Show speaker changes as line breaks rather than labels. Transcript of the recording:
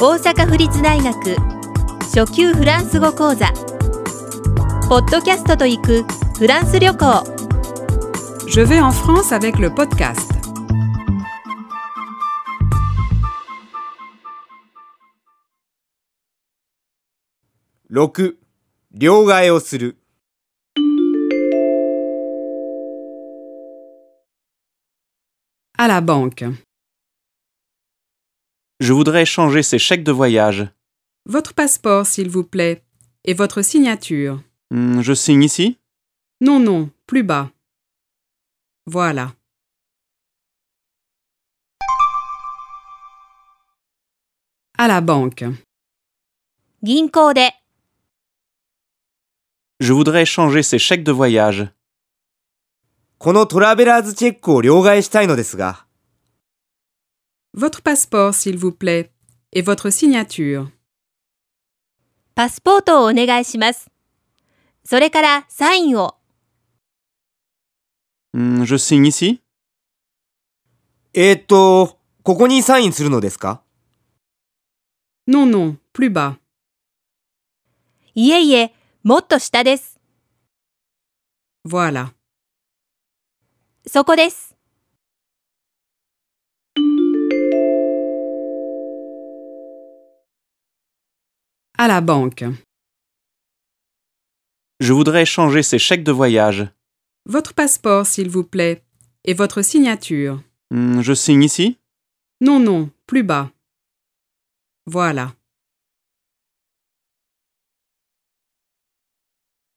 大阪府立大学初級フランス語講座ポッドキャストと行くフランス旅行
Je vais en France avec le podcast.
6両替をする
À la banque.
Je voudrais changer ces chèques de voyage.
Votre passeport, s'il vous plaît, et votre signature.
Hmm, je signe ici
Non, non, plus bas. Voilà. À la banque.
銀行で
Je voudrais changer ces chèques de voyage.
このトラベラーズチェックを両替したいのですが、
Votre passeport, s'il vous plaît, et votre signature.
パスポートをお願いしますそれからサインを
Hmm, je signe ici
えーっと、ここにサインするのですか
Non, non, plus bas.
いえいえもっと下です
Voilà.
そこです
À la banque.
Je voudrais changer ces chèques de voyage.
Votre passeport, s'il vous plaît, et votre signature.
Hmm, je signe ici
Non, non, plus bas. Voilà.